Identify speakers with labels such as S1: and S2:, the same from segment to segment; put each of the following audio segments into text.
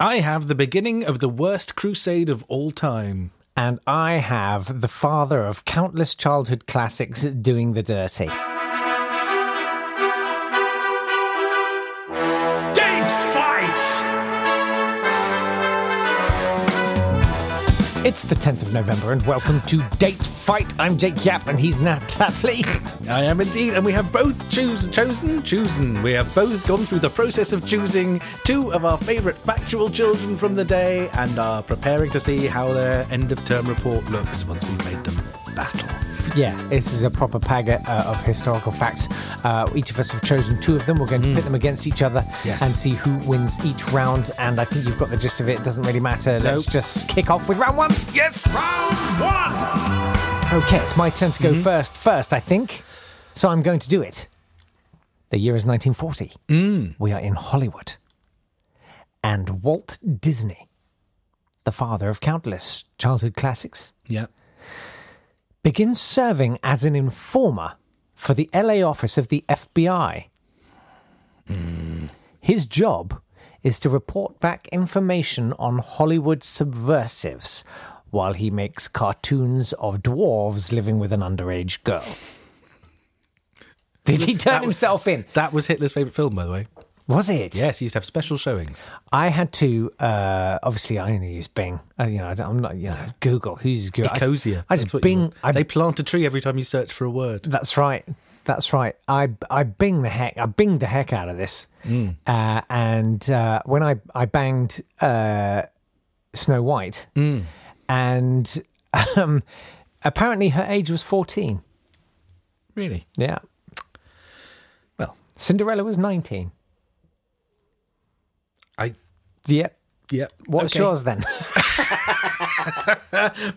S1: I have the beginning of the worst crusade of all time.
S2: And I have the father of countless childhood classics doing the dirty.
S3: Gang fight!
S2: It's the 10th of November, and welcome to Date Fight. I'm Jake Yap, and he's Nat Tapley.
S1: I am indeed, and we have both choos chosen, chosen. We have both gone through the process of choosing two of our favourite factual children from the day and are preparing to see how their end of term report looks once we've made them battle.
S2: Yeah, this is a proper packet uh, of historical facts. Uh, each of us have chosen two of them. We're going to pit them against each other
S1: Mm. Yes.
S2: and see who wins each round. And I think you've got the gist of it. It doesn't really matter. Let's
S1: Nope.
S2: just kick off with round one.
S1: Yes!
S3: Round one!
S2: Okay, it's my turn to go first. First, I think. So I'm going to do it. The year is 1940. We are in Hollywood. And Walt Disney, the father of countless childhood classics,
S1: Yeah.
S2: begins serving as an informer for the LA office of the FBI. His job is to report back information on Hollywood subversives while he makes cartoons of dwarves living with an underage girl. Did he turn
S1: That was-
S2: himself in?
S1: That was Hitler's favourite film, by the way.
S2: Was it?
S1: Yes, he used to have special showings.
S2: I had to. Uh, obviously, I only use Bing. Uh, you know, I don't- I'm not. You know, Google. Who's Google? I-
S1: Ecosia.
S2: I,
S1: That's
S2: just
S1: what you
S2: Bing.
S1: want.
S2: I
S1: they plant a tree every time you search for a word.
S2: That's right. That's right. I I bing the heck I binged the heck out of this, uh, and uh, when I I banged uh, Snow White, and um, apparently her age was fourteen.
S1: Really?
S2: Yeah,
S1: Well,
S2: Cinderella was nineteen.
S1: I.
S2: Yep.
S1: Yep.
S2: What's
S1: Okay.
S2: yours then?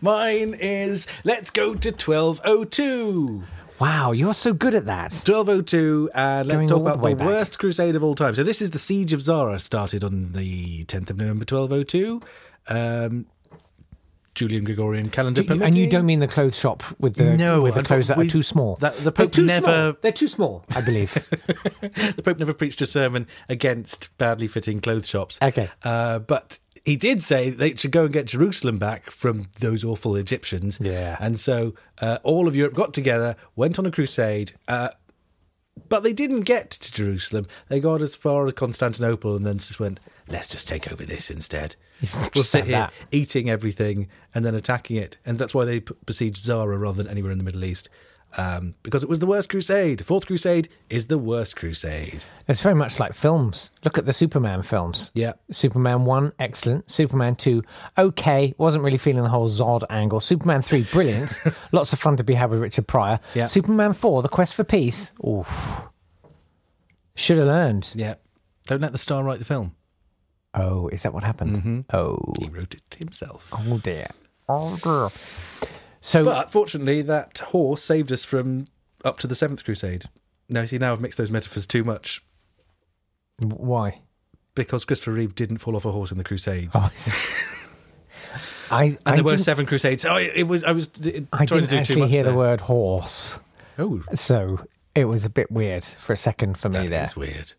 S1: Mine is let's go to 1202.
S2: wow, you're so good at that.
S1: 1202, and let's
S2: Going
S1: talk
S2: all the
S1: about
S2: way
S1: the
S2: back.
S1: worst crusade of all time. So, this is the Siege of Zara, started on the 10th of November 1202. Um, Julian Gregorian calendar permitting.
S2: And you don't mean the clothes shop with the
S1: No,
S2: with the
S1: I've-
S2: clothes that are
S1: we've-
S2: too small.
S1: that- the
S2: They're
S1: Pope
S2: too small.
S1: never-
S2: They're too small, I believe.
S1: the Pope never preached a sermon against badly fitting clothes shops.
S2: Okay.
S1: Uh, but he did say they should go and get Jerusalem back from those awful Egyptians.
S2: Yeah.
S1: And so uh, all of Europe got together, went on a crusade, uh, but they didn't get to Jerusalem. They got as far as Constantinople and then just went, let's just take over this instead. we'll sit
S2: have
S1: here
S2: that.
S1: eating everything and then attacking it. And that's why they p- besieged Zara rather than anywhere in the Middle East. Um, because it was the worst crusade. Fourth crusade is the worst crusade.
S2: It's very much like films. Look at the Superman films.
S1: Yeah.
S2: Superman 1, excellent. Superman 2, okay. Wasn't really feeling the whole Zod angle. Superman 3, brilliant. Lots of fun to be had with Richard Pryor.
S1: Yeah.
S2: Superman 4, The Quest for Peace. Oof. Should have learned.
S1: Yeah. Don't let the star write the film.
S2: Oh, is that what happened?
S1: Mm-hmm.
S2: Oh.
S1: He wrote it himself.
S2: Oh, dear. Oh, dear. So,
S1: But fortunately, that horse saved us from up to the Seventh Crusade. Now, you see, now I've mixed those metaphors too much
S2: why?
S1: because Christopher Reeve didn't fall off a horse in the Crusades.
S2: I,
S1: and
S2: I
S1: there were
S2: didn't,
S1: seven Crusades. Oh, it it was. I was d-
S2: I
S1: trying to do
S2: didn't
S1: too
S2: actually
S1: much
S2: hear
S1: there.
S2: the word horse.
S1: Oh,
S2: So it was a bit weird for a second for me there.
S1: that's weird.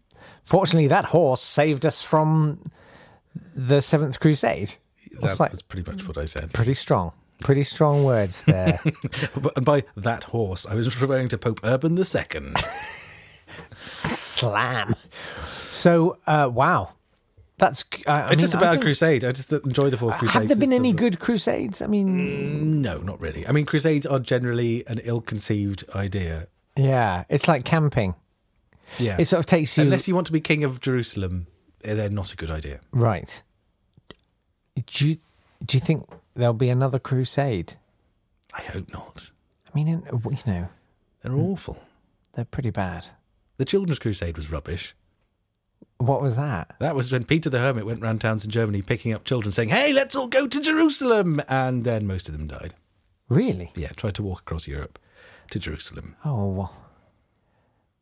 S2: Fortunately, that horse saved us from the Seventh Crusade.
S1: That
S2: It's like
S1: was pretty much what I said.
S2: pretty strong, pretty strong words there.
S1: But- And by that horse, I was referring to Pope Urban II.
S2: Slam. So, uh, wow, that's. I- I mean,
S1: It's just a
S2: I
S1: bad
S2: don't-
S1: crusade. I just enjoy the Fourth Crusade.
S2: Have there been
S1: It's
S2: any
S1: the-
S2: good crusades? I mean,
S1: No, not really. I mean, crusades are generally an ill-conceived idea.
S2: yeah, it's like camping.
S1: Yeah.
S2: It sort of takes you
S1: Unless you want to be king of Jerusalem, eh, they're not a good idea.
S2: right. Do you, do you think there'll be another crusade?
S1: I hope not.
S2: I mean, in- you know, Hmm.
S1: They're awful.
S2: they're pretty bad.
S1: The Children's Crusade was rubbish.
S2: What was that?
S1: That was when Peter the Hermit went round towns in Germany picking up children saying, hey, let's all go to Jerusalem. And then most of them died.
S2: Really?
S1: Yeah, tried to walk across Europe to Jerusalem.
S2: Oh well.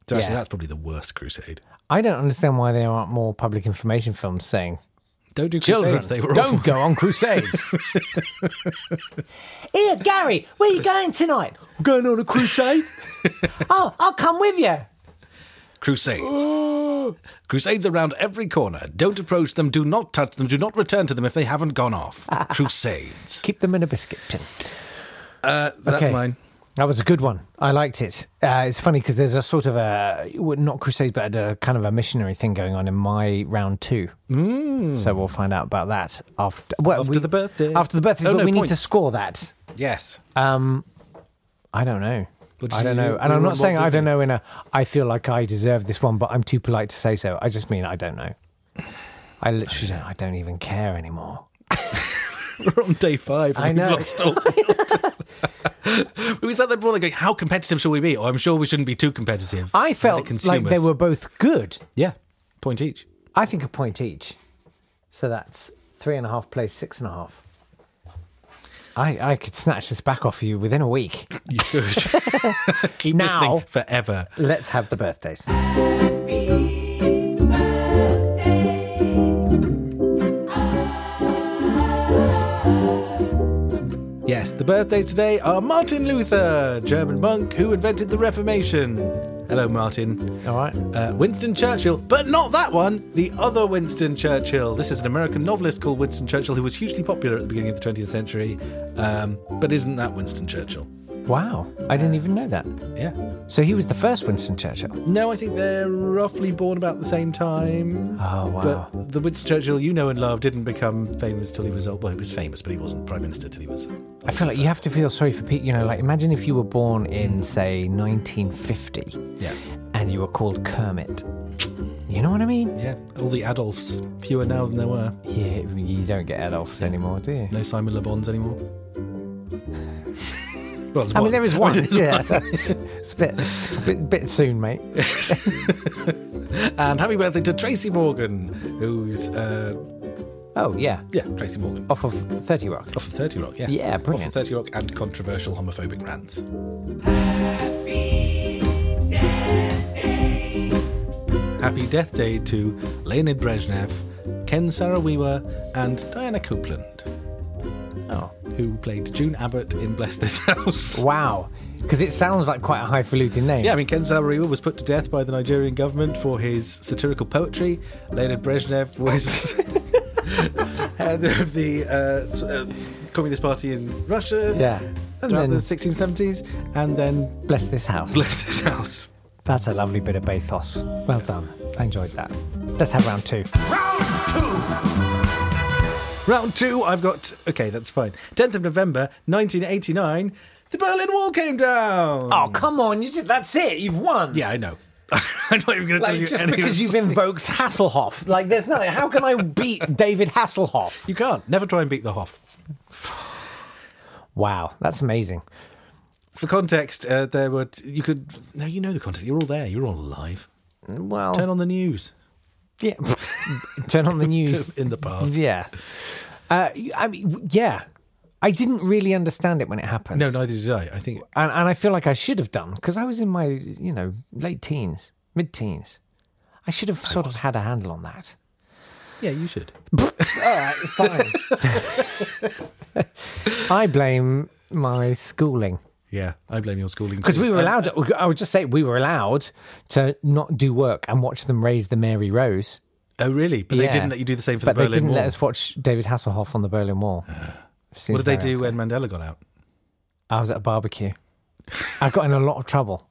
S1: So actually,
S2: Yeah.
S1: that's probably the worst crusade.
S2: I don't understand why there aren't more public information films saying
S1: Don't do
S2: children
S1: crusades. They were
S2: don't
S1: awful.
S2: go on crusades. Here, Gary, where are you going tonight? I'm going on a crusade. oh, I'll come with you.
S1: Crusades. Crusades around every corner. Don't approach them. Do not touch them. Do not return to them if they haven't gone off. Crusades.
S2: Keep them in a biscuit tin.
S1: Uh, that's
S2: Okay.
S1: mine.
S2: That was a good one. I liked it. Uh, it's funny because there's a sort of a well, not crusade, but a kind of a missionary thing going on in my round two. Mm. So we'll find out about that after. Well,
S1: After
S2: we-
S1: the birthday.
S2: After the birthday,
S1: Oh,
S2: but
S1: no,
S2: we need
S1: points.
S2: to score that.
S1: Yes.
S2: Um, I don't know.
S1: What
S2: I
S1: did
S2: don't
S1: you-
S2: know, and
S1: you
S2: I'm
S1: were
S2: not
S1: on
S2: saying
S1: Walt
S2: I don't
S1: Disney?
S2: know. In a, I feel like I deserve this one, but I'm too polite to say so. I just mean I don't know. I literally don't. I don't even care anymore.
S1: We're on day five. And
S2: I
S1: we've
S2: know.
S1: Lost all we sat there before they go, how competitive shall we be? Or I'm sure we shouldn't be too competitive.
S2: I
S1: with the
S2: felt like they
S1: consumers.
S2: were both good.
S1: Yeah. Point each.
S2: I think a point each. So that's three and a half plays six and a half. I, I could snatch this back off you within a week.
S1: You should. Keep
S2: Now-
S1: listening forever.
S2: Let's have the birthdays.
S1: Yes, the birthdays today are Martin Luther, German monk who invented the Reformation. Hello, Martin.
S2: All right.
S1: Uh, Winston Churchill, but not that one, the other Winston Churchill. This is an American novelist called Winston Churchill who was hugely popular at the beginning of the 20th century, um, but isn't that Winston Churchill?
S2: Wow. I didn't even know that.
S1: Yeah.
S2: So he was the first Winston Churchill.
S1: No, I think they're roughly born about the same time.
S2: Oh, wow.
S1: Ah, But the Winston Churchill you know and love didn't become famous till he was old. Well, he was famous, but he wasn't prime minister till he was.
S2: I feel like you have to feel sorry for Pete. You know, like imagine if you were born in, say, 1950
S1: Yeah.
S2: and you were called Kermit. You know what I mean?
S1: Yeah. All the Adolfs, fewer now than there were.
S2: Yeah, you don't get Adolphs anymore, do you?
S1: No Simon Le Bon's anymore. well,
S2: I mean, there is one. yeah, it's a bit, bit, bit soon, mate.
S1: And happy birthday to Tracy Morgan, who's uh,
S2: Oh yeah,
S1: yeah, Tracy Morgan.
S2: off of Thirty Rock.
S1: Off of 30 Rock, yes.
S2: Yeah, brilliant.
S1: Off of 30 Rock and controversial homophobic rants. Happy Death Day to Leonid Brezhnev, Ken Sarawiwa, and Diana Copeland,
S2: Oh
S1: who played June Abbott in Bless This House.
S2: wow, because it sounds like quite a highfalutin name.
S1: Yeah, I mean, Ken Sarawiwa was put to death by the Nigerian government for his satirical poetry. Leonid Brezhnev was head of the uh, s- uh, Communist Party in Russia
S2: yeah. And
S1: throughout
S2: then
S1: the 1670s, and then
S2: bless this house.
S1: bless his house.
S2: That's a lovely bit of bathos. Well done. I enjoyed that. Let's have round two.
S3: Round two.
S1: Round two, I've got. Okay, that's fine. 10th of November, 1989, the Berlin Wall came down.
S2: Oh come on! You just that's it. You've won.
S1: Yeah, I know. I'm not even going to tell
S2: Like
S1: you
S2: just
S1: any of
S2: because
S1: the
S2: you've
S1: story.
S2: invoked Hasselhoff. Like there's nothing. How can I beat David Hasselhoff?
S1: You can't. Never try and beat the Hoff.
S2: Wow, that's amazing.
S1: For context, uh, there were. You could. No, you know the context. You're all there. You're all alive.
S2: Well,
S1: Turn on the news.
S2: yeah. Turn on the news.
S1: in the past.
S2: Yeah. Uh, I mean, yeah. I didn't really understand it when it happened.
S1: No, neither did I. I think
S2: And, and I feel like I should have done because I was in my, you know, late teens, mid teens. I should have sort of had a handle on that.
S1: yeah, you should.
S2: All right, fine. I blame my schooling
S1: Yeah, I blame your schooling
S2: because we were
S1: allowed.
S2: allowed. I would just say we were allowed to not do work and watch them raise the Mary Rose.
S1: Oh, really? But
S2: Yeah.
S1: they didn't let you do the same for
S2: but
S1: the Berlin
S2: they didn't
S1: Wall. Uh,
S2: let us watch David Hasselhoff on the Berlin Wall.
S1: what did they do when Mandela got out?
S2: I was at a barbecue. I got in a lot of trouble.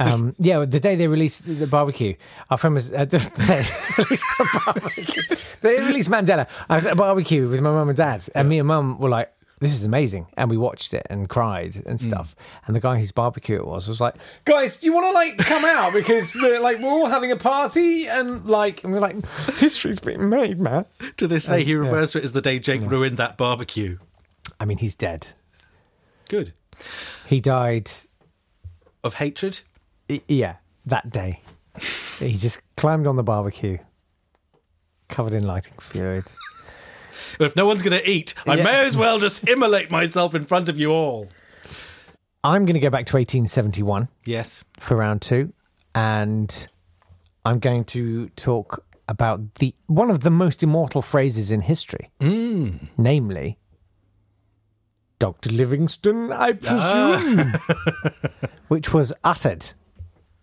S2: Um, yeah, the day they released the barbecue, our friend was. Uh, they released the barbecue. They released Mandela. I was at a barbecue with my mum and dad, and me and mum were like, "This is amazing," and we watched it and cried and stuff. And the guy whose barbecue it was was like, "Guys, do you want to like come out because we're like we're all having a party and like and we're like history's being made, man."
S1: To this
S2: Oh,
S1: day, he refers to it as the day Jake ruined that barbecue.
S2: I mean, he's dead.
S1: Good.
S2: He died
S1: Of hatred?
S2: Y- Yeah, that day. he just climbed on the barbecue, covered in lighting fluid.
S1: But if no one's going to eat, I
S2: Yeah.
S1: may as well just immolate myself in front of you all.
S2: I'm going to go back to 1871
S1: Yes.
S2: for round two, and I'm going to talk about the one of the most immortal phrases in history, namely,
S1: Ah.
S2: "Dr. Livingston, I presume," which was uttered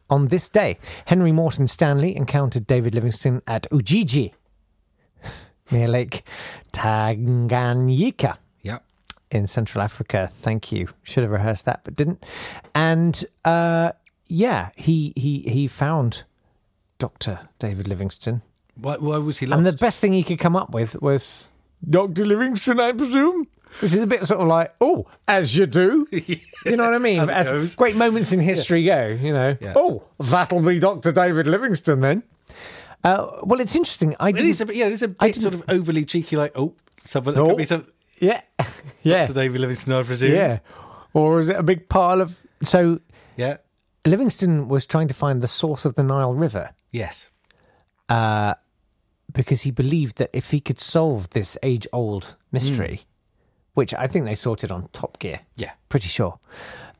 S2: on this day, Henry Morton Stanley encountered David Livingstone at Ujiji, near Lake Tanganyika
S1: Yeah.
S2: in Central Africa. Thank you. Should have rehearsed that, but didn't. And uh, yeah, he he he found Doctor David Livingstone,
S1: Why, why was he
S2: and the
S1: lost?
S2: best thing he could come up with was Doctor Livingstone, I presume. Which is a bit sort of like, oh, as you do. You know what I mean?
S1: As it goes.
S2: great moments in history go, you know.
S1: Yeah.
S2: Oh, that'll be Dr. David Livingstone then. Uh, well, it's interesting. I
S1: it
S2: didn't,
S1: is a bit, yeah, it is a bit sort of overly cheeky, like, oh, someone, that
S2: No.
S1: could be some,
S2: yeah. yeah.
S1: Dr. David Livingston, I presume.
S2: Yeah. Or is it a big pile of. So
S1: Yeah.
S2: Livingston was trying to find the source of the Nile River
S1: Yes.
S2: because he believed that if he could solve this age old mystery,
S1: Hmm.
S2: which I think they sorted on Top Gear,
S1: Yeah.
S2: pretty sure,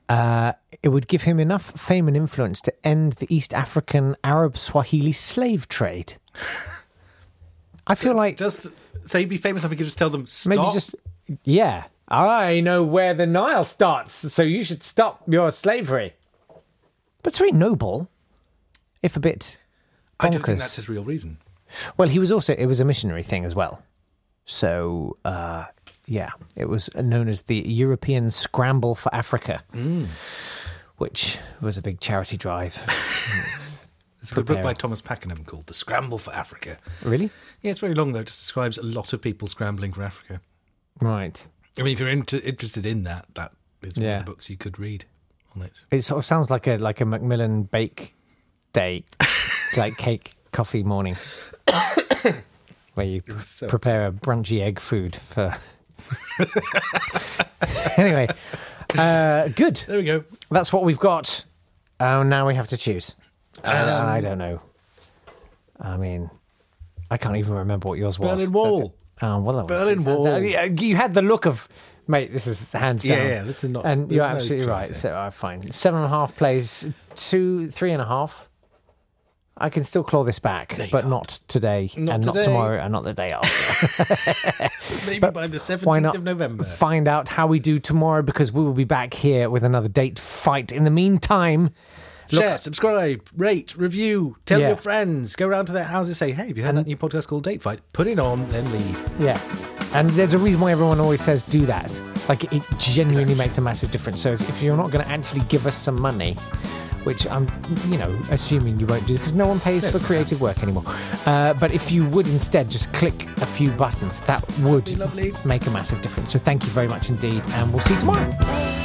S2: uh, it would give him enough fame and influence to end the East African Arab Swahili slave trade. I feel like
S1: Just so he'd be famous if he could just tell them, stop.
S2: maybe just. Yeah. I know where the Nile starts, so you should stop your slavery. But it's very noble, if a bit.
S1: I don't think
S2: bonkers.
S1: that's his real reason.
S2: Well, he was also it was a missionary thing as well. So uh, yeah, it was known as the European Scramble for Africa, which was a big charity drive.
S1: There's a good book by
S2: Prepare.
S1: Thomas Pakenham called The Scramble for Africa.
S2: really?
S1: Yeah, it's very long, though. It just describes a lot of people scrambling for Africa.
S2: Right.
S1: I mean, if you're inter- interested in that, that is one
S2: Yeah.
S1: of the books you could read on it.
S2: It sort of sounds like a like a Macmillan bake day, like cake coffee morning, where you
S1: so-
S2: prepare a brunchy egg food for. anyway, uh, good.
S1: There we go.
S2: That's what we've got. Oh, now we have to choose. And
S1: Um,
S2: I don't know. I mean, I can't even remember what yours was.
S1: Berlin Wall.
S2: Oh, well, that was-
S1: Berlin Wall.
S2: Uh, yeah, You had the look of, mate. This is hands
S1: Yeah,
S2: down.
S1: yeah, this is not-
S2: And
S1: there's
S2: you're
S1: no
S2: absolutely
S1: choice
S2: right.
S1: here.
S2: So I fine. Seven and a half plays two, three and a half. I can still claw this back,
S1: you
S2: but
S1: can't.
S2: not today,
S1: Not
S2: and
S1: today.
S2: not tomorrow, and not the day after.
S1: Maybe by the 17th
S2: Why not
S1: of November.
S2: find out how we do tomorrow? Because we will be back here with another date fight. In the meantime.
S1: Share, subscribe, rate, review, tell
S2: Yeah.
S1: your friends, go around to their houses, say, hey, have you heard that new podcast called Date Fight? Put it on, then leave.
S2: Yeah. And there's a reason why everyone always says do that. Like it genuinely makes a massive difference. So if, if you're not going to actually give us some money, which I'm, you know, assuming you won't do because no one pays for creative work anymore. Uh, but if you would instead just click a few buttons, that would
S1: lovely.
S2: make a massive difference. So thank you very much indeed, and we'll see you tomorrow.
S1: Bye.